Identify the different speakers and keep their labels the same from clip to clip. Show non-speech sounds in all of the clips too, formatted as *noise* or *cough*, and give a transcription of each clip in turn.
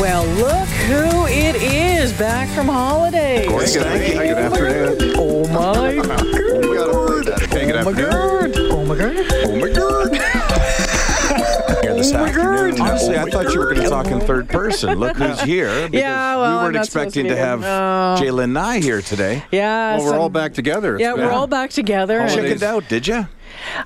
Speaker 1: Well, look who it is back from holidays.
Speaker 2: Hey,
Speaker 3: Good,
Speaker 2: guys.
Speaker 3: good afternoon.
Speaker 1: Oh my
Speaker 3: *laughs* Good afternoon. Hey, good
Speaker 1: Oh my
Speaker 3: afternoon.
Speaker 1: god. Oh my god.
Speaker 3: Oh my god. Here this
Speaker 1: Oh my
Speaker 3: afternoon.
Speaker 1: God.
Speaker 4: Honestly, I thought you were going to talk in
Speaker 1: God.
Speaker 4: third person.
Speaker 1: *laughs*
Speaker 4: Look who's here. because
Speaker 1: Yeah, well,
Speaker 4: we
Speaker 1: I'm
Speaker 4: weren't
Speaker 1: not supposed to be
Speaker 4: expecting to
Speaker 1: here.
Speaker 4: have
Speaker 1: No.
Speaker 4: Jalen Nye here today.
Speaker 1: Yeah.
Speaker 3: Well, we're
Speaker 1: some-
Speaker 3: all back together. It's
Speaker 1: Yeah, we're
Speaker 3: been-
Speaker 1: all back together. and-
Speaker 4: Check
Speaker 3: Holidays.
Speaker 4: it out, did you?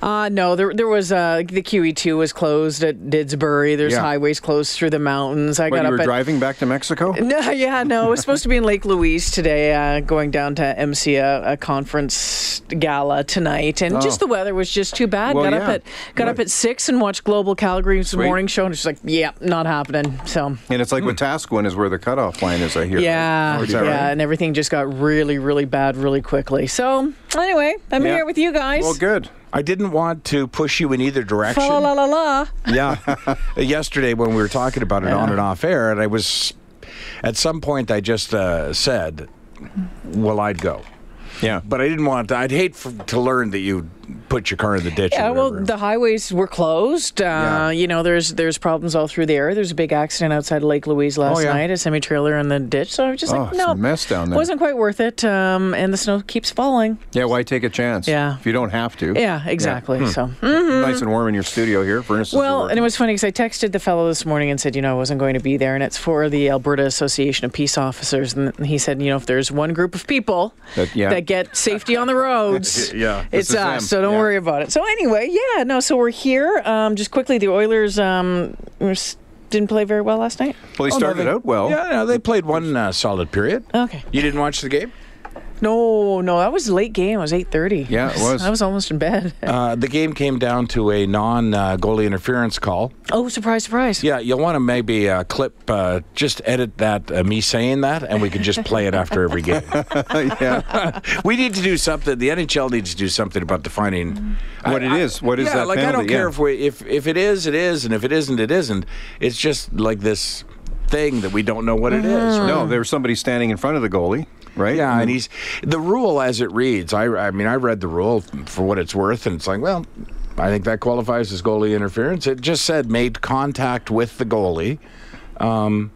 Speaker 1: Uh, no, there there was uh, the QE2 was closed at Didsbury. There's
Speaker 3: Yeah.
Speaker 1: highways closed through the mountains. I
Speaker 3: What,
Speaker 1: got
Speaker 3: you
Speaker 1: up
Speaker 3: were
Speaker 1: at Mm.
Speaker 3: driving back to Mexico?
Speaker 1: No, yeah, no. It was supposed to be in Lake Louise today, uh, going down to MCA a conference gala tonight, and just the weather was just too bad.
Speaker 3: Oh. Well,
Speaker 1: got up
Speaker 3: yeah.
Speaker 1: at got up at six and watched Global Calgary's morning show, and it's just like, yeah, not happening. So.
Speaker 3: And it's like with Tasquin is where the cutoff line is, I hear.
Speaker 1: Yeah,
Speaker 3: Or is
Speaker 1: yeah,
Speaker 3: that right?
Speaker 1: and everything just got really, really bad really quickly. So anyway, I'm
Speaker 3: Yeah.
Speaker 1: here with you guys.
Speaker 3: Well, good.
Speaker 4: I didn't want to push you in either direction.
Speaker 1: Fa La la la la.
Speaker 4: Yeah. *laughs* Yesterday, when we were talking about it on and off air, and I was at some point, I just uh, said, "Well, I'd go,"
Speaker 3: Yeah.
Speaker 4: but I didn't want. To, I'd hate for, to learn that you put your car in the ditch. or
Speaker 1: Yeah, well,
Speaker 4: whatever.
Speaker 1: the highways were closed. Uh,
Speaker 4: Yeah.
Speaker 1: You know, there's there's problems all through the area. There's a big accident outside of Lake Louise last
Speaker 3: Oh, yeah.
Speaker 1: night, a semi trailer in the ditch. So I was just
Speaker 3: Oh,
Speaker 1: like,
Speaker 3: it's a
Speaker 1: no,
Speaker 3: mess down there.
Speaker 1: wasn't quite worth it. Um, and the snow keeps falling.
Speaker 3: Yeah, why take a chance?
Speaker 1: Yeah.
Speaker 3: If you don't have to.
Speaker 1: Yeah,
Speaker 3: Hmm.
Speaker 1: exactly. So.
Speaker 4: Mm-hmm.
Speaker 3: Nice and warm in your studio here, for instance.
Speaker 1: Hmm. Well, and it was funny because I texted the fellow this morning and said, you know, I wasn't going to be there, and it's for the Alberta Association of Peace Officers, and he said, you know, if there's one group of people
Speaker 3: That- yeah.
Speaker 1: get safety on the roads,
Speaker 3: *laughs* Yeah, this
Speaker 1: it's
Speaker 3: is
Speaker 1: us.
Speaker 3: them.
Speaker 1: So don't
Speaker 3: Yeah.
Speaker 1: worry about it. So anyway, yeah, no, so we're here. Um, just quickly, the Oilers um, were s- didn't play very well last night.
Speaker 3: well, he started out well.
Speaker 4: Oh, Yeah, no, they played one uh, solid period.
Speaker 1: Okay.
Speaker 4: You didn't watch the game?
Speaker 1: No, no, that was a late game. It was eight thirty.
Speaker 3: Yeah, it
Speaker 1: *laughs*
Speaker 3: was.
Speaker 1: I was almost in bed.
Speaker 4: Uh, the game came down to a non uh, goalie interference call.
Speaker 1: oh, surprise, surprise.
Speaker 4: Yeah, you'll want to maybe uh, clip, uh, just edit that, uh, me saying that, and we can just play it after every game.
Speaker 3: *laughs*
Speaker 4: *laughs*
Speaker 3: yeah.
Speaker 4: we need to do something. The NHL needs to do something about defining
Speaker 3: What it
Speaker 4: I- I-
Speaker 3: is, what is
Speaker 4: yeah,
Speaker 3: that
Speaker 4: Like I don't
Speaker 3: penalty,
Speaker 4: care
Speaker 3: yeah.
Speaker 4: if we if if it is, it is, and if it isn't, it isn't. It's just like this thing that we don't know what it is. right?
Speaker 3: *laughs* No, there was somebody standing in front of the goalie, right?
Speaker 4: Mm. Yeah, and he's the rule as it reads. I, I mean, I read the rule for what it's worth, and it's like, well, I think that qualifies as goalie interference. It just said made contact with the goalie, um,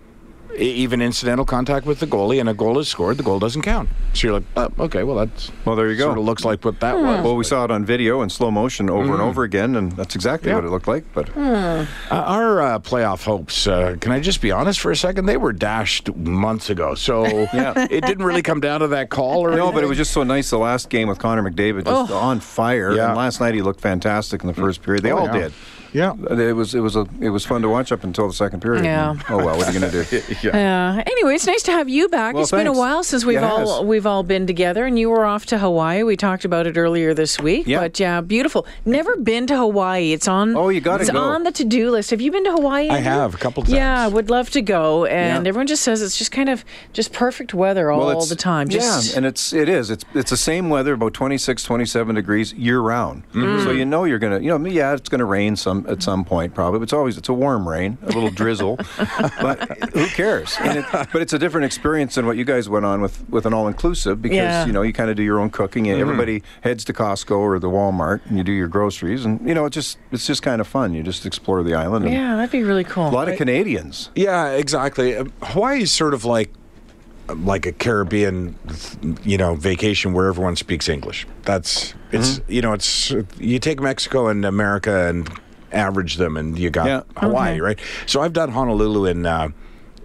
Speaker 4: e- even incidental contact with the goalie, and a goal is scored. The goal doesn't count. So you're like, oh, okay, well that's
Speaker 3: Well, there you go.
Speaker 4: Sort of looks like what that was.
Speaker 3: Well, we saw it on video in slow motion over and over again, and that's exactly
Speaker 4: Mm. Yeah.
Speaker 3: what it looked like. But
Speaker 4: Uh, our uh, playoff hopes, uh, can I just be honest for a second? They were dashed months ago. So
Speaker 3: *laughs*
Speaker 4: it didn't really come down to that call or
Speaker 3: No, but it
Speaker 4: anything.
Speaker 3: was just so nice the last game with Connor McDavid just on fire.
Speaker 4: Oh. Yeah.
Speaker 3: And last night he looked fantastic in the first period. They
Speaker 4: Oh,
Speaker 3: all
Speaker 4: yeah.
Speaker 3: did.
Speaker 4: Yeah.
Speaker 3: It was it was a it was fun to watch up until the second period.
Speaker 1: Yeah.
Speaker 3: Oh well, what are you gonna do?
Speaker 1: Yeah. Uh, Anyway, it's nice to have you back.
Speaker 3: Well,
Speaker 1: it's been a
Speaker 3: thanks.
Speaker 1: while since we've
Speaker 3: Yeah, it
Speaker 1: all
Speaker 3: has.
Speaker 1: we've all been together, and you were off to Hawaii. We talked about it earlier this week.
Speaker 3: Yeah.
Speaker 1: But yeah, beautiful. Never been to Hawaii. It's on.
Speaker 3: Oh, you gotta
Speaker 1: It's
Speaker 3: go.
Speaker 1: on the to do list. Have you been to Hawaii?
Speaker 4: I
Speaker 1: Andrew?
Speaker 4: have, a couple times.
Speaker 1: Yeah, would love to go, and
Speaker 3: Yeah.
Speaker 1: everyone just says it's just kind of just perfect weather *laughs* all
Speaker 3: Well, it's,
Speaker 1: the time. Just
Speaker 3: yeah, and it's it is it's it's the same weather about 26, 27 degrees year round. So you know you're gonna you know I mean, yeah it's gonna rain some at some point probably. But it's always it's a warm rain, a little drizzle, but who cares? And it, but it's a different experience than what you guys went on with with an all inclusive because
Speaker 1: Yeah.
Speaker 3: you know you kind of do your own cooking and everybody heads to Costco or the Walmart and you do your groceries and you know it's just it's just kind of fun. You just explore the island. And
Speaker 1: yeah, that'd be really cool.
Speaker 3: A lot of Canadians.
Speaker 4: Yeah, exactly. Uh, Hawaii is sort of like like a Caribbean, you know, vacation where everyone speaks English. That's it's
Speaker 3: Mm-hmm.
Speaker 4: you know it's you take Mexico and America and average them, and you got
Speaker 3: Yeah.
Speaker 4: Hawaii, right? So I've done Honolulu in. Uh,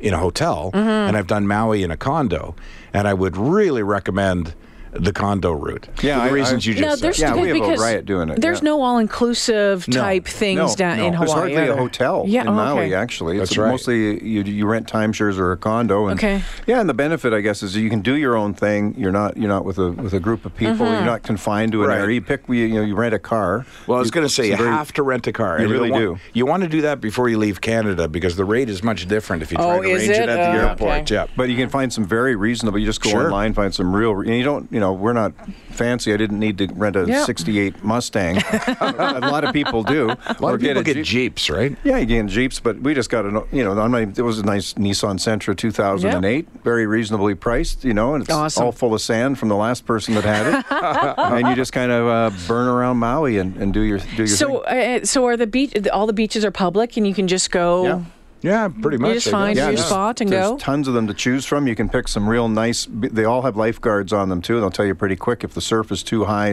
Speaker 4: in a hotel, and I've done Maui in a condo, and I would really recommend the condo route.
Speaker 3: Yeah,
Speaker 4: for the
Speaker 3: I-
Speaker 4: reasons
Speaker 3: I-
Speaker 4: you
Speaker 1: No,
Speaker 4: just
Speaker 1: there's
Speaker 4: said.
Speaker 3: Yeah,
Speaker 1: because,
Speaker 3: we have a riot doing it,
Speaker 1: There's
Speaker 3: yeah.
Speaker 1: no all-inclusive
Speaker 4: No,
Speaker 1: type things down in
Speaker 3: There's
Speaker 1: Hawaii.
Speaker 3: hardly
Speaker 1: are
Speaker 3: a
Speaker 1: there?
Speaker 3: hotel
Speaker 1: yeah,
Speaker 3: in
Speaker 1: oh,
Speaker 3: Maui,
Speaker 1: okay.
Speaker 3: actually. It's
Speaker 4: That's right.
Speaker 3: mostly you, you rent timeshares or a condo. And,
Speaker 1: Okay.
Speaker 3: Yeah, and the benefit, I guess, is you can do your own thing. You're not you're not with a with a group of people.
Speaker 1: Mm-hmm.
Speaker 3: You're not confined to an
Speaker 4: Right.
Speaker 3: area. You pick you, know you rent a car.
Speaker 4: Well, I was
Speaker 3: You-
Speaker 4: going to say
Speaker 3: it's
Speaker 4: you
Speaker 3: very-
Speaker 4: have to rent a car.
Speaker 3: You
Speaker 4: And
Speaker 3: really
Speaker 4: want-
Speaker 3: do.
Speaker 4: You want to do that before you leave Canada because the rate is much different if you try
Speaker 1: Oh,
Speaker 4: to
Speaker 1: is
Speaker 4: arrange it,
Speaker 1: it?
Speaker 4: at the
Speaker 1: Oh,
Speaker 4: airport.
Speaker 1: okay.
Speaker 4: Yeah.
Speaker 3: But you can find some very reasonable. You just go
Speaker 4: Sure.
Speaker 3: online, find some real. And you don't, you know, we're not fancy. I didn't need to rent a
Speaker 1: Yeah.
Speaker 3: '68 Mustang. *laughs* a lot of people do.
Speaker 4: A lot
Speaker 3: or
Speaker 4: of people get,
Speaker 3: Jeep.
Speaker 4: Jeeps, right?
Speaker 3: Yeah, you get Jeeps, but we just got a, you know, I'm not even, it was a nice Nissan Sentra 2008, very reasonably priced, you know, and it's
Speaker 1: Awesome.
Speaker 3: all full of sand from the last person that
Speaker 1: *laughs*
Speaker 3: had it. and you just kind of uh, burn around Maui and, and do your do your
Speaker 1: So,
Speaker 3: thing.
Speaker 1: uh, so are the beach? All the beaches are public, and you can just go.
Speaker 3: Yeah.
Speaker 4: Yeah, pretty much.
Speaker 1: just
Speaker 4: I
Speaker 1: find
Speaker 4: guess.
Speaker 1: your
Speaker 3: there's-
Speaker 1: spot and
Speaker 3: there's
Speaker 1: go?
Speaker 3: tons of them to choose from. You can pick some real nice. They all have lifeguards on them too. They'll tell you pretty quick if the surf is too high.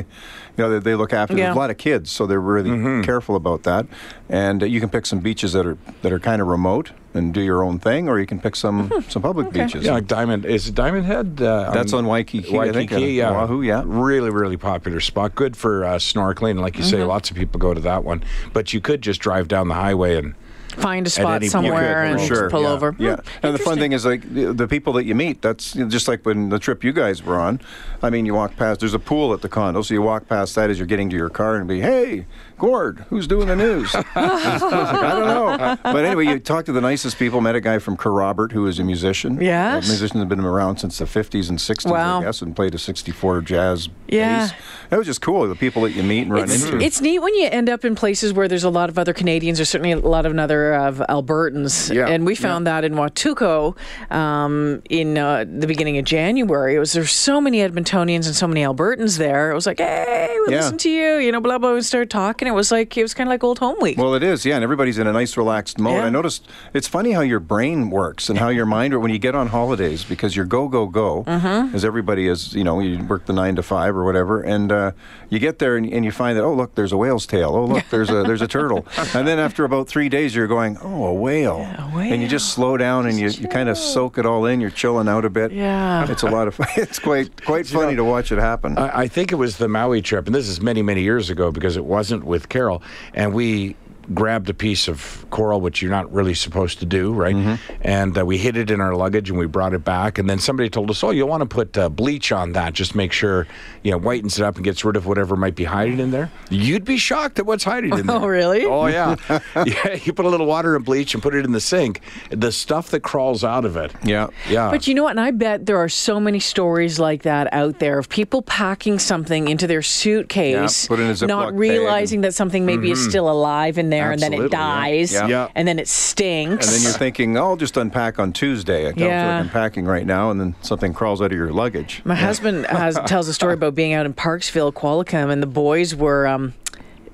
Speaker 3: You know they, they look after.
Speaker 1: Yeah.
Speaker 3: There's a lot of kids, so they're really careful about that. And uh, you can pick some beaches that are that are kind of remote and do your own thing, or you can
Speaker 1: *laughs*
Speaker 3: pick some some public beaches.
Speaker 4: Yeah, like Diamond. Is it Diamond Head? Uh,
Speaker 3: That's on Waikiki, I think,
Speaker 4: Waikiki,
Speaker 3: uh,
Speaker 4: yeah.
Speaker 3: Oahu, yeah.
Speaker 4: Really, really popular spot. Good for uh, snorkeling. Like you say,
Speaker 1: Mm-hmm.
Speaker 4: lots of people go to that one. But you could just drive down the highway and.
Speaker 1: Find a
Speaker 4: any
Speaker 1: spot
Speaker 4: point, you
Speaker 1: somewhere
Speaker 4: could,
Speaker 1: and
Speaker 4: for
Speaker 1: just
Speaker 4: sure.
Speaker 1: pull
Speaker 4: Yeah.
Speaker 1: over.
Speaker 3: Yeah,
Speaker 1: Hmm,
Speaker 3: and the
Speaker 1: interesting.
Speaker 3: fun thing is like the, the people that you meet. That's you know, just like when the trip you guys were on. I mean, you walk past. There's a pool at the condo, so you walk past that as you're getting to your car and be, hey, Gord, who's doing
Speaker 1: *laughs*
Speaker 3: the news? *laughs* I was like, I don't know. But anyway, you talk to the nicest people. Met a guy from Corrobert who is a musician.
Speaker 1: Yes.
Speaker 3: a musician has been around since the 50s and 60s,
Speaker 1: Wow.
Speaker 3: I guess, and played a 64 jazz.
Speaker 1: Yeah.
Speaker 3: bass. that was just cool. The people that you meet and run
Speaker 1: It's,
Speaker 3: into.
Speaker 1: it's neat when you end up in places where there's a lot of other Canadians, or certainly a lot of another of Albertans.
Speaker 4: Yeah,
Speaker 1: And we found that in Watuco um, in uh, the beginning of January. It was there's so many Edmontonians and so many Albertans there. It was like, hey, we
Speaker 3: Yeah.
Speaker 1: listen to you, you know, blah blah. And started talking. It was like it was kind of like old home week.
Speaker 3: Well, it is, yeah, and everybody's in a nice, relaxed mode.
Speaker 1: Yeah.
Speaker 3: I noticed it's funny how your brain works and how your mind when you get on holidays because you're go go go,
Speaker 1: Mm-hmm.
Speaker 3: as everybody is. You know, you work the nine to five or whatever, and uh, you get there and, and you find that oh look, there's a whale's tail. Oh look, there's a there's
Speaker 1: *laughs*
Speaker 3: a turtle. and then after about three days, you're going oh a whale,
Speaker 1: Yeah, a
Speaker 3: and you just slow down and you, you kind of soak it all in. You're chilling out a bit.
Speaker 1: Yeah.
Speaker 3: it's a lot of *laughs* fun. It's quite quite funny to watch it happen.
Speaker 4: I, I think it was the Maui trip, and this is many, many years ago because it wasn't with Carol, and we grabbed a piece of coral which you're not really supposed to do right
Speaker 1: Mm-hmm.
Speaker 4: and uh, we hid it in our luggage and we brought it back and then somebody told us oh you'll want to put uh, bleach on that just make sure you know whitens it up and gets rid of whatever might be hiding in there you'd be shocked at what's hiding in there
Speaker 1: *laughs* Oh, really? *laughs*
Speaker 4: oh yeah *laughs* yeah you put a little water and bleach and put it in the sink the stuff that crawls out of it
Speaker 3: yeah.
Speaker 4: yeah
Speaker 1: But you know what? And I bet there are so many stories like that out there of people packing something into their suitcase,
Speaker 3: Yeah, put it in a Ziploc bag
Speaker 1: not
Speaker 3: and- Mm-hmm.
Speaker 1: realizing that something maybe is still alive in there, and then it
Speaker 4: Absolutely, yeah.
Speaker 1: dies,
Speaker 3: Yeah.
Speaker 4: Yeah.
Speaker 1: and then it stinks.
Speaker 4: *laughs*
Speaker 3: And then you're thinking, "Oh, I'll just unpack on Tuesday. I don't feel
Speaker 1: Yeah.
Speaker 3: like unpacking right now, and then something crawls out of your luggage.
Speaker 1: My husband
Speaker 3: *laughs*
Speaker 1: has, tells a story about being out in Parksville, Qualicum, and the boys were um,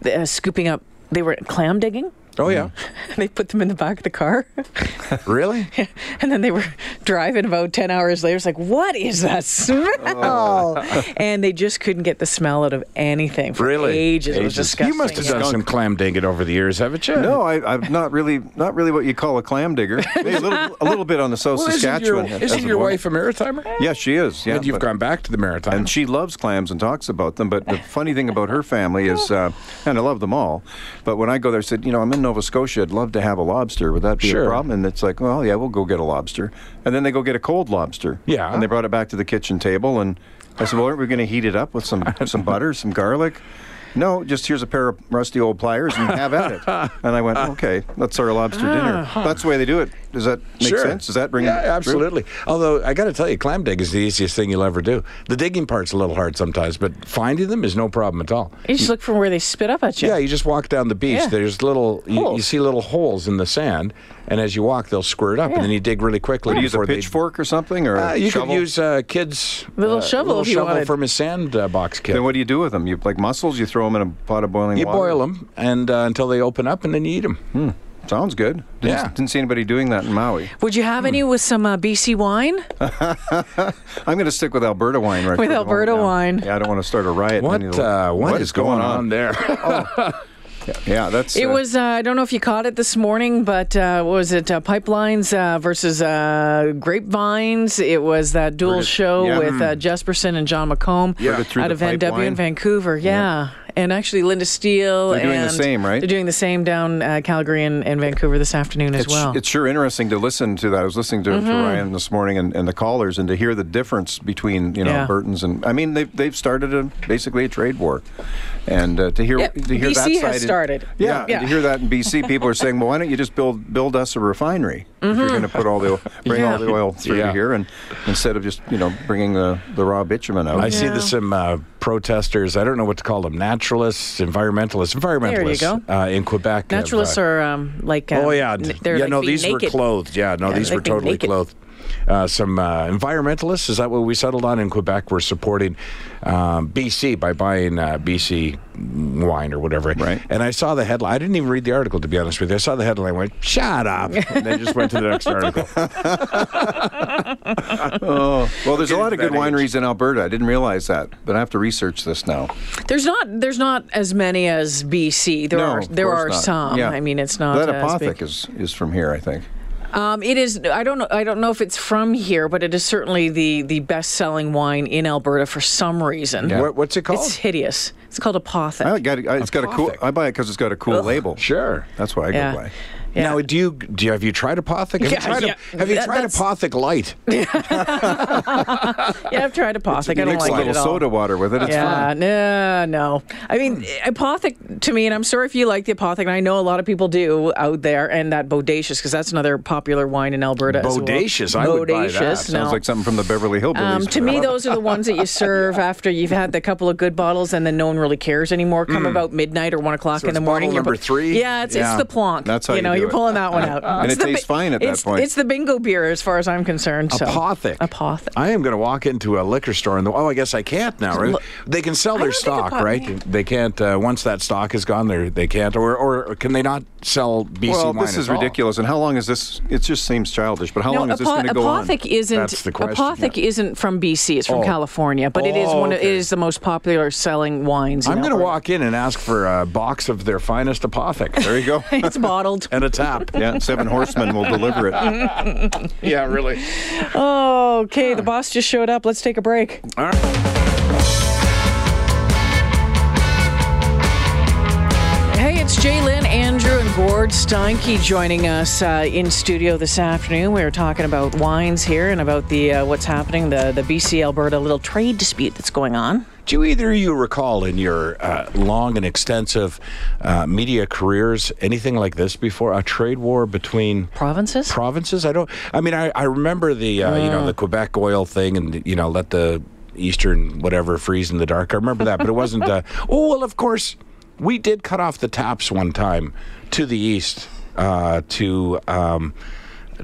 Speaker 1: th- uh, scooping up. They were clam digging. *laughs*
Speaker 4: oh yeah
Speaker 1: They put them in the back of the car,
Speaker 4: really
Speaker 1: *laughs* and then they were driving about ten hours later. It's like, what is that smell? *laughs* And they just couldn't get the smell out of anything for
Speaker 4: Oh. Really?
Speaker 1: ages. It was
Speaker 3: Ages.
Speaker 1: disgusting.
Speaker 4: You must have
Speaker 1: yeah.
Speaker 4: done some clam dinking over the years, haven't you?
Speaker 3: Mm. No, I, I'm not really, not really what you call a
Speaker 4: *laughs*
Speaker 3: clam digger. Maybe a little, a little bit on the South
Speaker 4: Well, isn't your,
Speaker 3: Saskatchewan. as
Speaker 4: isn't
Speaker 3: a
Speaker 4: your
Speaker 3: woman.
Speaker 4: wife a maritimer?
Speaker 3: Yes, she is. Yeah,
Speaker 4: and you've
Speaker 3: but-
Speaker 4: gone back to the maritime.
Speaker 3: and she loves clams and talks about them. But the funny thing about her family is, uh, and I love them all, but when I go there, I said, you know, I'm in Nova Scotia. I'd love to have a lobster. Would that be
Speaker 4: Sure.
Speaker 3: a problem? And it's like, well, yeah, we'll go get a lobster. And then they go get a cold lobster.
Speaker 4: Yeah.
Speaker 3: And they brought it back to the kitchen table, and I said, well, aren't we going to heat it up with
Speaker 4: *laughs*
Speaker 3: some some butter, some garlic? No, just here's a pair of rusty old pliers and have
Speaker 4: *laughs*
Speaker 3: at it. And I went, okay, that's our lobster dinner. That's the way they do it. Does that make
Speaker 4: Ah, Sure.
Speaker 3: sense? Does that bring
Speaker 4: Yeah,
Speaker 3: through?
Speaker 4: absolutely. Although I got to tell you, clam dig is the easiest thing you'll ever do. The digging part's a little hard sometimes, but finding them is no problem at all.
Speaker 1: You just look from where they spit up at you.
Speaker 4: Yeah, you just walk down the beach.
Speaker 1: Yeah.
Speaker 4: There's little you, you
Speaker 1: Holes.
Speaker 4: see little holes in the sand, and as you walk, they'll squirt up, and then you dig really quickly.
Speaker 3: Do you use a
Speaker 4: before they-
Speaker 3: pitchfork or something, or
Speaker 4: Uh,
Speaker 3: a
Speaker 4: you
Speaker 3: shovel?
Speaker 4: could use uh, kids
Speaker 1: Little
Speaker 4: uh,
Speaker 1: shovel
Speaker 4: little
Speaker 1: if you
Speaker 4: shovel
Speaker 1: wanted.
Speaker 4: from his sand uh, box kit.
Speaker 3: Then what do you do with them? You like mussels? You throw them in a pot of boiling
Speaker 4: you
Speaker 3: water.
Speaker 4: boil them and uh, until they open up, and then you eat them.
Speaker 3: Hmm. Sounds good. Didn't,
Speaker 4: Yeah.
Speaker 3: didn't see anybody doing that in Maui.
Speaker 1: Would you have any with some uh, BC wine?
Speaker 3: I'm going to stick with Alberta wine right
Speaker 1: With
Speaker 3: for the moment
Speaker 1: Alberta
Speaker 3: now.
Speaker 1: wine.
Speaker 3: Yeah, I don't want to start a riot.
Speaker 4: uh, What,
Speaker 3: Then you'll-
Speaker 4: uh, what is going on there?
Speaker 3: *laughs* Oh, Yeah, yeah that's
Speaker 1: It
Speaker 3: uh,
Speaker 1: was, uh, I don't know if you caught it this morning, but uh, what was it? Uh, Pipelines uh, versus uh, Grapevines. It was that dual
Speaker 3: Heard it.
Speaker 1: show
Speaker 3: Yeah. Hmm.
Speaker 1: with uh, Jesperson and John McComb
Speaker 4: Yeah. Heard
Speaker 3: it through
Speaker 1: out
Speaker 3: the
Speaker 1: of NW in
Speaker 3: pipeline.
Speaker 1: Vancouver. Yeah. And actually, Linda Steele.
Speaker 3: They're doing the
Speaker 1: and
Speaker 3: same, right?
Speaker 1: They're doing the same down uh, Calgary and, and Vancouver this afternoon as
Speaker 3: It's,
Speaker 1: well. Mm-hmm.
Speaker 3: it's sure interesting to listen to that. I was listening to, to Ryan this morning and, and the callers, and to hear the difference between you know
Speaker 1: Yeah.
Speaker 3: Burton's and I mean they've they've started a basically a trade war, and uh, to hear
Speaker 1: Yeah,
Speaker 3: to hear that
Speaker 1: BC
Speaker 3: side
Speaker 1: has
Speaker 3: in-
Speaker 1: started.
Speaker 3: Yeah,
Speaker 1: Yeah.
Speaker 3: and to hear that in BC, people are saying, well, why don't you just build build us a refinery if
Speaker 1: Mm-hmm.
Speaker 3: you're going to put all
Speaker 1: *laughs*
Speaker 3: the oil- bring all the oil through
Speaker 4: Yeah.
Speaker 3: here, and instead of just you know bringing the, the raw bitumen
Speaker 4: *laughs*
Speaker 3: out.
Speaker 4: I see
Speaker 1: Yeah.
Speaker 4: there's some uh, protesters. I don't know what to call them: naturalists, environmentalists, environmentalists
Speaker 1: go.
Speaker 4: Uh, in Quebec. have,
Speaker 1: Naturalists
Speaker 4: uh,
Speaker 1: are um, like. Uh,
Speaker 4: Oh yeah,
Speaker 1: n-
Speaker 4: yeah.
Speaker 1: they're like
Speaker 4: no,
Speaker 1: being
Speaker 4: these were
Speaker 1: naked.
Speaker 4: clothed. Yeah, no,
Speaker 1: Yeah,
Speaker 4: these
Speaker 1: like
Speaker 4: were
Speaker 1: being
Speaker 4: totally
Speaker 1: naked.
Speaker 4: clothed. Uh, some uh, environmentalists. Is that what we settled on in Quebec? We're supporting um, BC by buying uh, BC wine or whatever.
Speaker 3: Right.
Speaker 4: And I saw the headline. I didn't even read the article to be honest with you. I saw the headline. Went
Speaker 1: *laughs*
Speaker 4: shut up, and then just went to the next article.
Speaker 3: Oh, well, there's a lot of
Speaker 4: Getting
Speaker 3: good
Speaker 4: to that
Speaker 3: wineries in Alberta. I didn't realize that, but I have to research this now.
Speaker 1: There's not there's not as many as BC. There
Speaker 3: no,
Speaker 1: are
Speaker 3: of
Speaker 1: there
Speaker 3: course
Speaker 1: are
Speaker 3: not.
Speaker 1: some.
Speaker 3: Yeah.
Speaker 1: I mean, it's not
Speaker 3: that
Speaker 1: as big.
Speaker 3: apothic is is from here, I think.
Speaker 1: Um, it is. I don't know. I don't know if it's from here, but it is certainly the the best selling wine in Alberta for some reason.
Speaker 4: What, what's it called? Oh,
Speaker 1: It's hideous. It's called Apothic.
Speaker 3: I got it. It's got a cool. I buy it because it's got a cool
Speaker 4: *laughs*
Speaker 3: label.
Speaker 4: sure.
Speaker 3: That's why I
Speaker 1: yeah.
Speaker 3: go by.
Speaker 1: Yeah.
Speaker 4: Now, do you do you, have you tried Apothic?
Speaker 1: Yeah,
Speaker 4: Have you tried, a-
Speaker 1: yeah.
Speaker 4: have you
Speaker 1: That-
Speaker 4: tried
Speaker 1: that's-
Speaker 4: Apothic Light?
Speaker 1: yeah, I've tried Apothic. I
Speaker 3: You
Speaker 1: don't
Speaker 3: mix
Speaker 1: like
Speaker 3: a
Speaker 1: it
Speaker 3: little
Speaker 1: at all.
Speaker 3: soda water with it. It's
Speaker 1: yeah,
Speaker 3: fun.
Speaker 1: no, no. I mean,
Speaker 4: Hmm.
Speaker 1: Apothic to me, and I'm sorry if you like the Apothic, and I know a lot of people do out there, and that Bodacious, because that's another popular wine in Alberta. as well.
Speaker 4: Bodacious, I would buy
Speaker 1: Bodacious,
Speaker 4: that. Sounds
Speaker 1: no.
Speaker 3: Sounds like something from the Beverly Hillbillies.
Speaker 1: Um, to me, those are the ones that you
Speaker 3: *laughs*
Speaker 1: serve after you've had the couple of good bottles, and then no one really cares anymore.
Speaker 3: Hmm.
Speaker 1: Come about midnight or one o'clock
Speaker 4: So
Speaker 1: in the
Speaker 4: it's
Speaker 1: morning.
Speaker 4: bottle
Speaker 1: you're
Speaker 4: number
Speaker 1: pu-
Speaker 4: three?
Speaker 1: Yeah, it's,
Speaker 4: Yeah.
Speaker 1: it's the plonk.
Speaker 3: That's how you
Speaker 1: know
Speaker 3: do
Speaker 1: you're
Speaker 3: it.
Speaker 1: pulling
Speaker 3: *laughs*
Speaker 1: that one out.
Speaker 3: And
Speaker 1: It's
Speaker 3: it
Speaker 1: the
Speaker 3: tastes fine at that
Speaker 1: it's,
Speaker 3: point.
Speaker 1: It's the bingo beer, as far as I'm concerned. So.
Speaker 4: Apothic.
Speaker 1: Apothic.
Speaker 4: I am going to walk into a liquor store and oh, I guess I can't now, right?
Speaker 1: Look-
Speaker 4: they can sell
Speaker 1: I
Speaker 4: their
Speaker 1: don't think
Speaker 4: stock,
Speaker 1: Apo-
Speaker 4: right?
Speaker 1: yeah.
Speaker 4: They can't. Uh, once that stock is gone, they they can't, or or can they not sell BC
Speaker 3: well,
Speaker 4: wine
Speaker 3: this is
Speaker 4: at all?
Speaker 3: ridiculous. And how long is this? It just seems childish. But how long is this
Speaker 1: Apo-
Speaker 3: going to go on?
Speaker 1: Apothic isn't
Speaker 4: That's the question,
Speaker 1: Apothic isn't from BC. It's from
Speaker 4: Oh.
Speaker 1: California, but it is
Speaker 4: Oh,
Speaker 1: one. Of, it
Speaker 4: okay.
Speaker 1: is the most popular selling wines. in
Speaker 4: I'm going to
Speaker 1: Alberta.
Speaker 4: walk in and ask for a box of their finest Apothic
Speaker 3: There
Speaker 1: *laughs*
Speaker 3: you go.
Speaker 1: *laughs* It's bottled.
Speaker 4: and a tap.
Speaker 3: *laughs* yeah, seven horsemen will deliver
Speaker 1: *laughs*
Speaker 3: it.
Speaker 4: yeah, really.
Speaker 1: oh, okay. The boss just showed up. Let's take a break. Hey, it's Jalen, Andrew, and Gord Steinke joining us uh, in studio this afternoon. We were talking about wines here and about the uh, what's happening, the the BC Alberta little trade dispute that's going on.
Speaker 4: Do you either of you recall in your uh, long and extensive uh, media careers anything like this before? A trade war between
Speaker 1: Provinces.
Speaker 4: provinces? I don't. I mean, I, I remember the uh, you know the Quebec oil thing, and you know let the eastern whatever freeze in the dark. I remember that, but it wasn't. Uh, oh well, of course we did cut off the taps one time to the east uh, to. Um,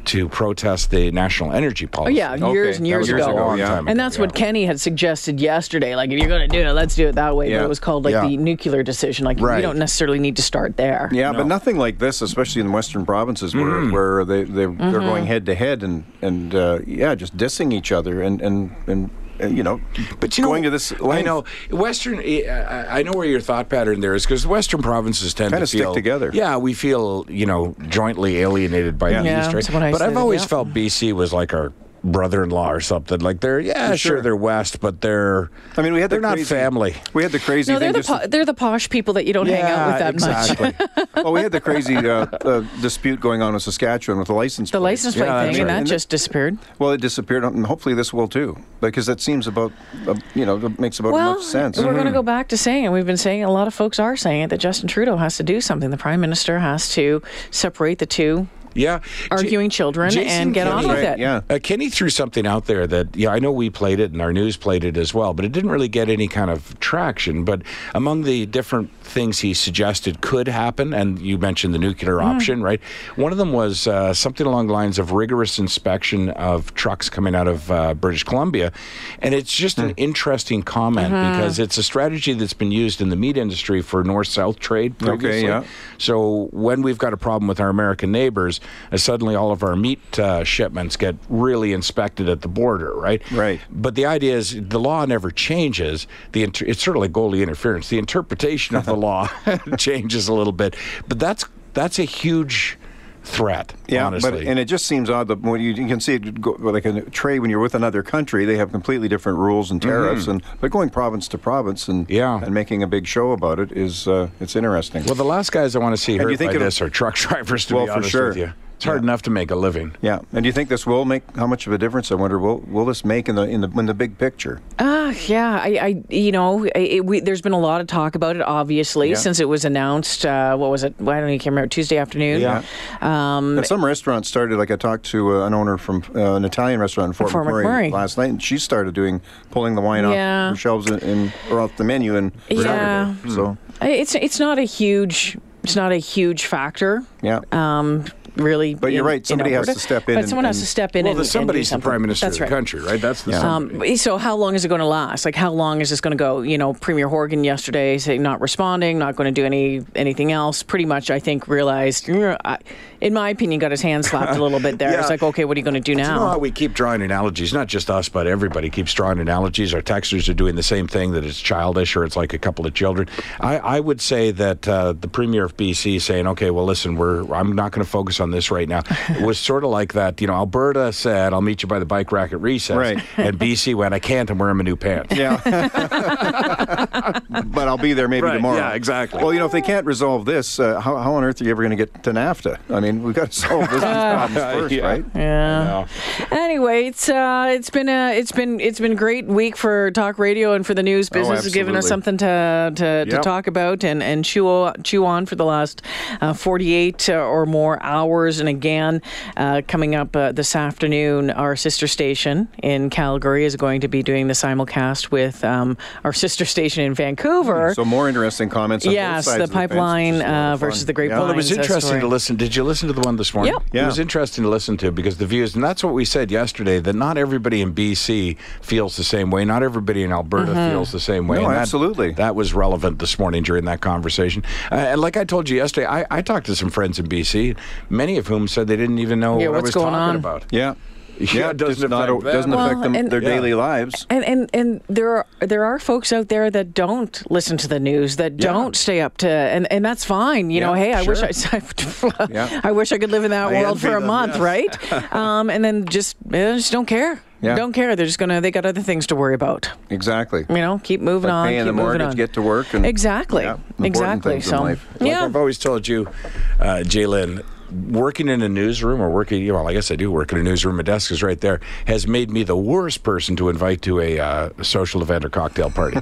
Speaker 4: to protest the national energy policy.
Speaker 1: Oh, yeah, years and
Speaker 3: that
Speaker 1: years
Speaker 3: was
Speaker 1: ago.
Speaker 3: years ago,
Speaker 4: Long
Speaker 3: yeah.
Speaker 4: time
Speaker 1: And
Speaker 4: ago,
Speaker 1: that's
Speaker 4: yeah.
Speaker 1: what Kenny had suggested yesterday. Like, if you're going to do it, let's do it that way. But
Speaker 3: Yeah.
Speaker 1: it was called like
Speaker 4: Yeah.
Speaker 1: the nuclear decision. Like,
Speaker 4: Right.
Speaker 1: you don't necessarily need to start there.
Speaker 3: Yeah, but nothing like this, especially in western provinces where,
Speaker 4: Mm-hmm.
Speaker 3: where they, they,
Speaker 1: Mm-hmm.
Speaker 3: they're going head to head and, and uh, yeah, just dissing each other and, and, and uh, you know,
Speaker 4: But you know,
Speaker 3: going to this
Speaker 4: I
Speaker 3: length.
Speaker 4: know Western. I- I I know where your thought pattern there is because Western provinces tend
Speaker 3: Kinda
Speaker 4: to
Speaker 3: stick
Speaker 4: feel
Speaker 3: together.
Speaker 4: Yeah, we feel you know jointly alienated by the
Speaker 1: Yeah,
Speaker 4: East.
Speaker 1: that's
Speaker 4: Right?
Speaker 1: what I
Speaker 4: but I've
Speaker 1: said,
Speaker 4: always
Speaker 1: yeah.
Speaker 4: felt BC was like our brother-in-law or something. Like they're yeah, sure,
Speaker 3: sure.
Speaker 4: they're West, but they're
Speaker 3: I mean, we had the
Speaker 4: they're not
Speaker 3: crazy-
Speaker 4: family.
Speaker 3: We had the crazy
Speaker 1: No, they're
Speaker 3: thing
Speaker 1: the
Speaker 3: just
Speaker 1: po- they're the posh people that you don't hang out with that much.
Speaker 4: exactly.
Speaker 1: *laughs*
Speaker 3: *laughs* well, we had the crazy uh, uh, dispute going on in Saskatchewan with the license.
Speaker 1: The
Speaker 3: plate.
Speaker 1: license plate
Speaker 4: Yeah,
Speaker 1: thing,
Speaker 4: that's
Speaker 1: and
Speaker 4: right.
Speaker 1: that
Speaker 3: And
Speaker 1: just disappeared.
Speaker 3: Well, it disappeared, and hopefully this will too, because it seems about, uh, you know, it makes about
Speaker 1: Well,
Speaker 3: much sense.
Speaker 1: we're going to go back to saying, and we've been saying, a lot of folks are saying it, that Justin Trudeau has to do something. The Prime Minister has to separate the two
Speaker 4: Yeah,
Speaker 1: arguing children
Speaker 4: Jason
Speaker 1: and get on
Speaker 4: Kenney-
Speaker 1: with
Speaker 3: Right,
Speaker 1: it.
Speaker 3: yeah.
Speaker 4: Uh, Kenny threw something out there that, yeah, I know we played it and our news played it as well, but it didn't really get any kind of traction. But among the different things he suggested could happen, and you mentioned the nuclear option, right? One of them was uh, something along the lines of rigorous inspection of trucks coming out of uh, British Columbia. And it's just
Speaker 3: Hmm.
Speaker 4: an interesting comment because it's a strategy that's been used in the meat industry for north south trade previously.
Speaker 3: yeah.
Speaker 4: So when we've got a problem with our American neighbors, uh, suddenly all of our meat uh, shipments get really inspected at the border, right?
Speaker 3: Right.
Speaker 4: But the idea is the law never changes. The inter- it's sort of like goalie interference. The interpretation of the
Speaker 3: *laughs*
Speaker 4: law *laughs* changes a little bit, but that's that's a huge threat.
Speaker 3: Yeah,
Speaker 4: honestly.
Speaker 3: but and it just seems odd that when you, you can see it go, like a trade when you're with another country, they have completely different rules and tariffs, and but going province to province and
Speaker 4: Mm-hmm. Yeah.
Speaker 3: and making a big show about it is uh, it's interesting.
Speaker 4: Well, the last guys I want to see
Speaker 3: And
Speaker 4: hurt
Speaker 3: you think
Speaker 4: by
Speaker 3: it'll-
Speaker 4: this are truck *laughs* drivers. To
Speaker 3: Well,
Speaker 4: be
Speaker 3: for
Speaker 4: honest
Speaker 3: sure.
Speaker 4: with you, it's hard enough to make a living.
Speaker 3: yeah, and do you think this will make how much of a difference? I wonder. Will will this make in the in the in the big picture?
Speaker 1: Ah, yeah. I, I you know, I- it, we, there's been a lot of talk about it, obviously,
Speaker 3: Yeah.
Speaker 1: since it was announced. Uh, what was it? Well, I don't even remember. Tuesday afternoon.
Speaker 3: Yeah.
Speaker 1: Um,
Speaker 3: And some restaurants started, like I talked to uh, an owner from uh, an Italian restaurant in Fort,
Speaker 1: Fort
Speaker 3: McMurray,
Speaker 1: McMurray.
Speaker 3: last night, and she started doing pulling the wine
Speaker 1: Yeah.
Speaker 3: off her shelves and, and or off the menu and
Speaker 1: Yeah.
Speaker 3: Saturday. So
Speaker 4: Hmm.
Speaker 1: I- it's it's not a huge it's not a huge factor.
Speaker 3: yeah,
Speaker 1: Um, really.
Speaker 3: But you're
Speaker 1: in-
Speaker 3: right,
Speaker 1: in
Speaker 3: somebody has
Speaker 1: Alberta.
Speaker 3: to step in
Speaker 1: But
Speaker 3: and-
Speaker 1: someone has
Speaker 3: and-
Speaker 1: to step in.
Speaker 4: Well,
Speaker 1: and,
Speaker 4: the
Speaker 1: and do
Speaker 4: somebody's the
Speaker 1: something.
Speaker 4: prime minister
Speaker 1: That's
Speaker 4: of the
Speaker 1: right.
Speaker 4: country, right? That's the somebody.
Speaker 1: Um, so how long is it going to last? Like how long is this going to go? You know, Premier Horgan yesterday saying not responding, not going to do any anything else. Pretty much, I think realized, "Mm, I- in my opinion, got his hand slapped a little bit there. It's
Speaker 4: Yeah.
Speaker 1: like, okay, what are you going to do
Speaker 4: You
Speaker 3: Oh.
Speaker 4: know how
Speaker 1: now?
Speaker 4: we keep drawing analogies, not just us, but everybody keeps drawing analogies. Our texters are doing the same thing that it's childish or it's like a couple of children. I, I would say that uh, the premier of BC saying, okay, well, listen, we're I'm not going to focus on this
Speaker 3: *laughs*
Speaker 4: right now, was sort of like that. You know, Alberta said, I'll meet you by the bike rack at recess.
Speaker 3: Right.
Speaker 4: And BC went, I can't, I'm wearing my new pants.
Speaker 3: Yeah. but I'll be there maybe
Speaker 4: Right,
Speaker 3: tomorrow.
Speaker 4: yeah, exactly.
Speaker 3: Well, you know, if they can't resolve this, uh, how, how on eth are you ever going to get to NAFTA? I mean, we've got to
Speaker 1: *laughs*
Speaker 3: solve this problems first,
Speaker 4: Yeah.
Speaker 3: right?
Speaker 1: Yeah. Anyway, it's uh, it's been a it's been it's been a great week for talk radio and for the news business. has given us
Speaker 3: Oh,
Speaker 1: something
Speaker 3: absolutely.
Speaker 1: to to, to
Speaker 4: Yep.
Speaker 1: talk about and and chew o- chew on for the last uh, 48 or more hours. And again, uh, coming up uh, this afternoon, our sister station in Calgary is going to be doing the simulcast with um, our sister station in Vancouver.
Speaker 3: Mm, So more interesting comments. On
Speaker 1: Yes,
Speaker 3: both sides
Speaker 1: the
Speaker 3: of the fence,
Speaker 1: pipeline,
Speaker 3: which is a lot
Speaker 1: uh,
Speaker 3: of fun.
Speaker 1: versus the grape
Speaker 3: Yeah.
Speaker 1: vine.
Speaker 4: Well, it was
Speaker 1: Lines, that's
Speaker 4: interesting
Speaker 1: right.
Speaker 4: to listen. Did you listen to the one this morning?
Speaker 1: Yep.
Speaker 3: Yeah.
Speaker 4: It was interesting to listen to because the views, and that's what we said yesterday, that not everybody in BC feels the same way. Not everybody in Alberta
Speaker 1: Mm-hmm.
Speaker 4: feels the same way.
Speaker 3: No,
Speaker 4: and that-
Speaker 3: absolutely.
Speaker 4: That was relevant this morning during that conversation. Uh, and like I told you yesterday, I, I talked to some friends in BC, many of whom said they didn't even know
Speaker 1: Yeah,
Speaker 4: what I
Speaker 1: what's
Speaker 4: was
Speaker 1: going
Speaker 4: talking
Speaker 1: on?
Speaker 4: about.
Speaker 3: Yeah.
Speaker 4: *laughs* Yeah, it doesn't
Speaker 3: it does not-
Speaker 4: affect them.
Speaker 3: doesn't
Speaker 1: Well,
Speaker 3: affect them,
Speaker 1: and-
Speaker 3: their
Speaker 4: Yeah.
Speaker 3: daily lives.
Speaker 1: And, and and there are there are folks out there that don't listen to the news, that don't stay up to, and, and that's fine. You know,
Speaker 3: Yeah,
Speaker 1: hey, I *laughs* wish I,
Speaker 3: Yeah.
Speaker 1: I wish I could live in that
Speaker 3: I
Speaker 1: world for
Speaker 3: envy
Speaker 1: a
Speaker 3: them,
Speaker 1: month,
Speaker 3: yes. *laughs*
Speaker 1: right? um, and then just eh, just don't care,
Speaker 3: Yeah.
Speaker 1: don't care. They're just gonna they got other things to worry about.
Speaker 3: Exactly.
Speaker 1: You know, keep moving
Speaker 3: Like
Speaker 1: on,
Speaker 3: paying
Speaker 1: keep
Speaker 3: the
Speaker 1: moving
Speaker 3: mortgage,
Speaker 1: on.
Speaker 3: get to work, and-
Speaker 1: exactly,
Speaker 3: Yeah, important
Speaker 1: exactly.
Speaker 3: things in
Speaker 1: So
Speaker 3: life.
Speaker 4: Like
Speaker 1: yeah,
Speaker 4: I've always told you, uh, Jalen, working in a newsroom or working, you know, I guess I do work in a newsroom. My desk is right there. Has made me the worst person to invite to a uh, social event or cocktail
Speaker 3: *laughs*
Speaker 4: party.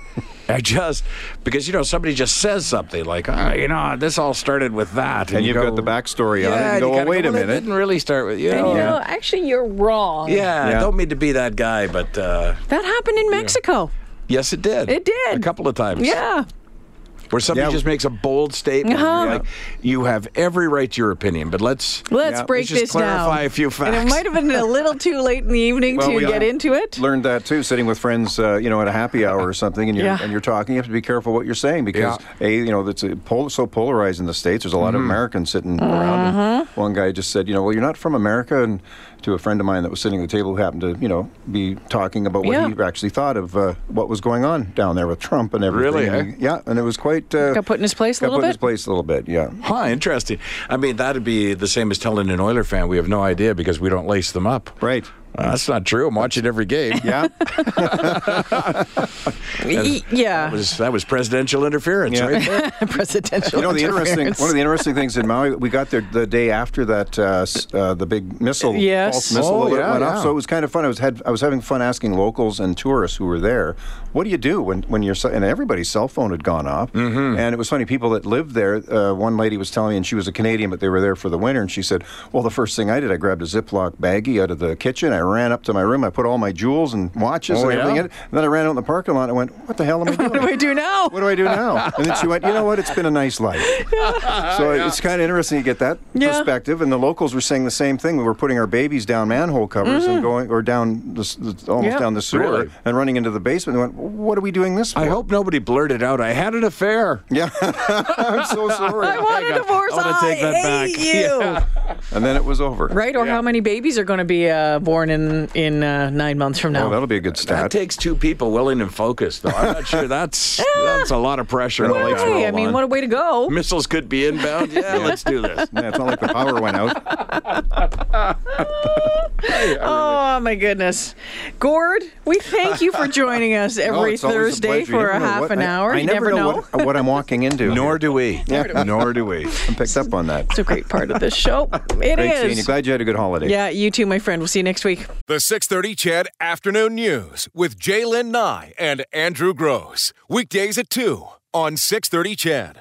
Speaker 4: I just because you know somebody just says something like, ah, you know, this all started with that,
Speaker 3: And
Speaker 4: you
Speaker 3: you've got
Speaker 4: go,
Speaker 3: the backstory
Speaker 4: Yeah,
Speaker 3: on it. And
Speaker 4: and
Speaker 3: go,
Speaker 4: you
Speaker 3: well,
Speaker 4: kinda
Speaker 3: wait
Speaker 4: go,
Speaker 3: a
Speaker 4: "Well, it
Speaker 3: minute.
Speaker 4: didn't really start with you.
Speaker 1: and
Speaker 4: know."
Speaker 1: you
Speaker 4: yeah.
Speaker 1: know, actually, you're wrong.
Speaker 3: Yeah.
Speaker 4: I don't mean to be that guy, but uh,
Speaker 1: that happened in Mexico.
Speaker 4: yes, it did.
Speaker 1: It did.
Speaker 4: a couple of times.
Speaker 1: Yeah.
Speaker 4: where somebody
Speaker 3: Yeah.
Speaker 4: just makes a bold statement.
Speaker 1: Uh-huh.
Speaker 4: You're like, you have every right to your opinion, but let's
Speaker 1: Let's
Speaker 3: Yeah,
Speaker 1: break
Speaker 4: let's just
Speaker 1: this
Speaker 4: clarify
Speaker 1: down.
Speaker 4: a few facts.
Speaker 1: And it might have been a little too late in the evening
Speaker 3: Well,
Speaker 1: to
Speaker 3: we
Speaker 1: get
Speaker 3: all
Speaker 1: into it.
Speaker 3: learned that too sitting with friends uh, you know at a happy hour or something and you're,
Speaker 1: Yeah.
Speaker 3: and you're talking you have to be careful what you're saying because
Speaker 4: Yeah. Mm-hmm.
Speaker 3: a you know it's a pol- so polarized in the states there's a lot of americans sitting around and
Speaker 1: Mm-hmm.
Speaker 3: one guy just said you know well you're not from america and to a friend of mine that was sitting at the table who happened to you know be talking about what
Speaker 1: Yeah.
Speaker 3: he actually thought of uh, what was going on down there with trump and everything
Speaker 4: Really,
Speaker 3: And
Speaker 4: eh?
Speaker 3: yeah and it was quite uh,
Speaker 1: Got put in his place a
Speaker 3: got
Speaker 1: little
Speaker 3: put in his
Speaker 1: bit?
Speaker 3: place a little bit yeah
Speaker 4: *laughs* Huh, interesting. I mean, that'd be the same as telling an Oiler fan we have no idea because we don't lace them up.
Speaker 1: *laughs*
Speaker 3: right
Speaker 4: Uh, that's not true. I'm watching every *laughs* game.
Speaker 3: yeah
Speaker 1: Y- *laughs* yeah.
Speaker 4: That was, that was presidential interference,
Speaker 3: Yeah.
Speaker 4: right there.
Speaker 1: Presidential.
Speaker 3: You know, the interesting
Speaker 1: interference.
Speaker 3: one of the interesting things in Maui, we got there the day after that uh, s- uh, the big missile
Speaker 1: Yes.
Speaker 3: false missile
Speaker 4: Oh,
Speaker 3: alert
Speaker 4: yeah,
Speaker 3: went
Speaker 4: yeah.
Speaker 3: off. So it was kind of fun. I was had I was having fun asking locals and tourists who were there, what do you do when when your ce- and everybody's cell phone had gone off? Mm-hmm. And it was funny. People that lived there, uh, one lady was telling me, and she was a Canadian, but they were there for the winter, and she said, well, the first thing I did, I grabbed a Ziploc baggie out of the kitchen, I ran up to my room. I put all my jewels and watches
Speaker 4: Oh,
Speaker 3: and
Speaker 4: yeah?
Speaker 3: everything in it. And then I ran out in the parking lot and I went, What the hell am I doing?
Speaker 1: What do we do now?
Speaker 3: What do I do now? And then she went, You know what? It's been a nice life. So it's kind of interesting to get that
Speaker 1: Yeah.
Speaker 3: perspective. And the locals were saying the same thing. We were putting our babies down manhole covers and going, or down the, s- the-
Speaker 1: Mm-hmm.
Speaker 3: almost
Speaker 1: Yeah.
Speaker 3: down the sewer
Speaker 4: Really?
Speaker 3: and running into the basement. They went, What are we doing this for?
Speaker 4: I hope nobody blurted out, I had an affair.
Speaker 3: Yeah. *laughs* I'm so
Speaker 1: *laughs*
Speaker 3: sorry.
Speaker 1: I want a
Speaker 4: got-
Speaker 1: divorce.
Speaker 4: I wanna take that
Speaker 1: hate
Speaker 4: back.
Speaker 1: you.
Speaker 3: *laughs* and then it was over.
Speaker 1: Right? Or
Speaker 4: Yeah.
Speaker 1: how many babies are going to be uh, born in in uh, nine months from now?
Speaker 3: Oh, that'll be a good
Speaker 4: That
Speaker 3: stat.
Speaker 4: takes two people willing and focused, though. I'm not sure *laughs* that's that's a lot of pressure. when the lights
Speaker 1: Hey, I
Speaker 4: roll
Speaker 1: mean,
Speaker 4: on.
Speaker 1: what a way to go.
Speaker 4: missiles could be inbound. Yeah, let's do this.
Speaker 3: yeah, it's not like the power
Speaker 1: *laughs*
Speaker 3: went out.
Speaker 1: Oh my goodness, Gord, we thank you
Speaker 3: *laughs*
Speaker 1: for joining us
Speaker 3: No,
Speaker 1: every
Speaker 3: it's always a
Speaker 1: Thursday
Speaker 3: pleasure. You
Speaker 1: for
Speaker 3: never
Speaker 1: a
Speaker 3: know
Speaker 1: half
Speaker 3: what-
Speaker 1: an
Speaker 3: I-
Speaker 1: hour.
Speaker 3: I,
Speaker 1: you
Speaker 3: never, know, What, what I'm walking into.
Speaker 4: *laughs* Nor do we. Nor do we.
Speaker 3: I picked up on that.
Speaker 1: It's a great part
Speaker 3: *laughs*
Speaker 1: of the show. It
Speaker 3: Great
Speaker 1: is.
Speaker 3: seeing you. Glad you had a good holiday.
Speaker 1: Yeah, you too, my friend. We'll see you next week.
Speaker 2: The 630 Chad Afternoon News with Jaylen Nye and Andrew Gross. Weekdays at 2 on 630 Chad.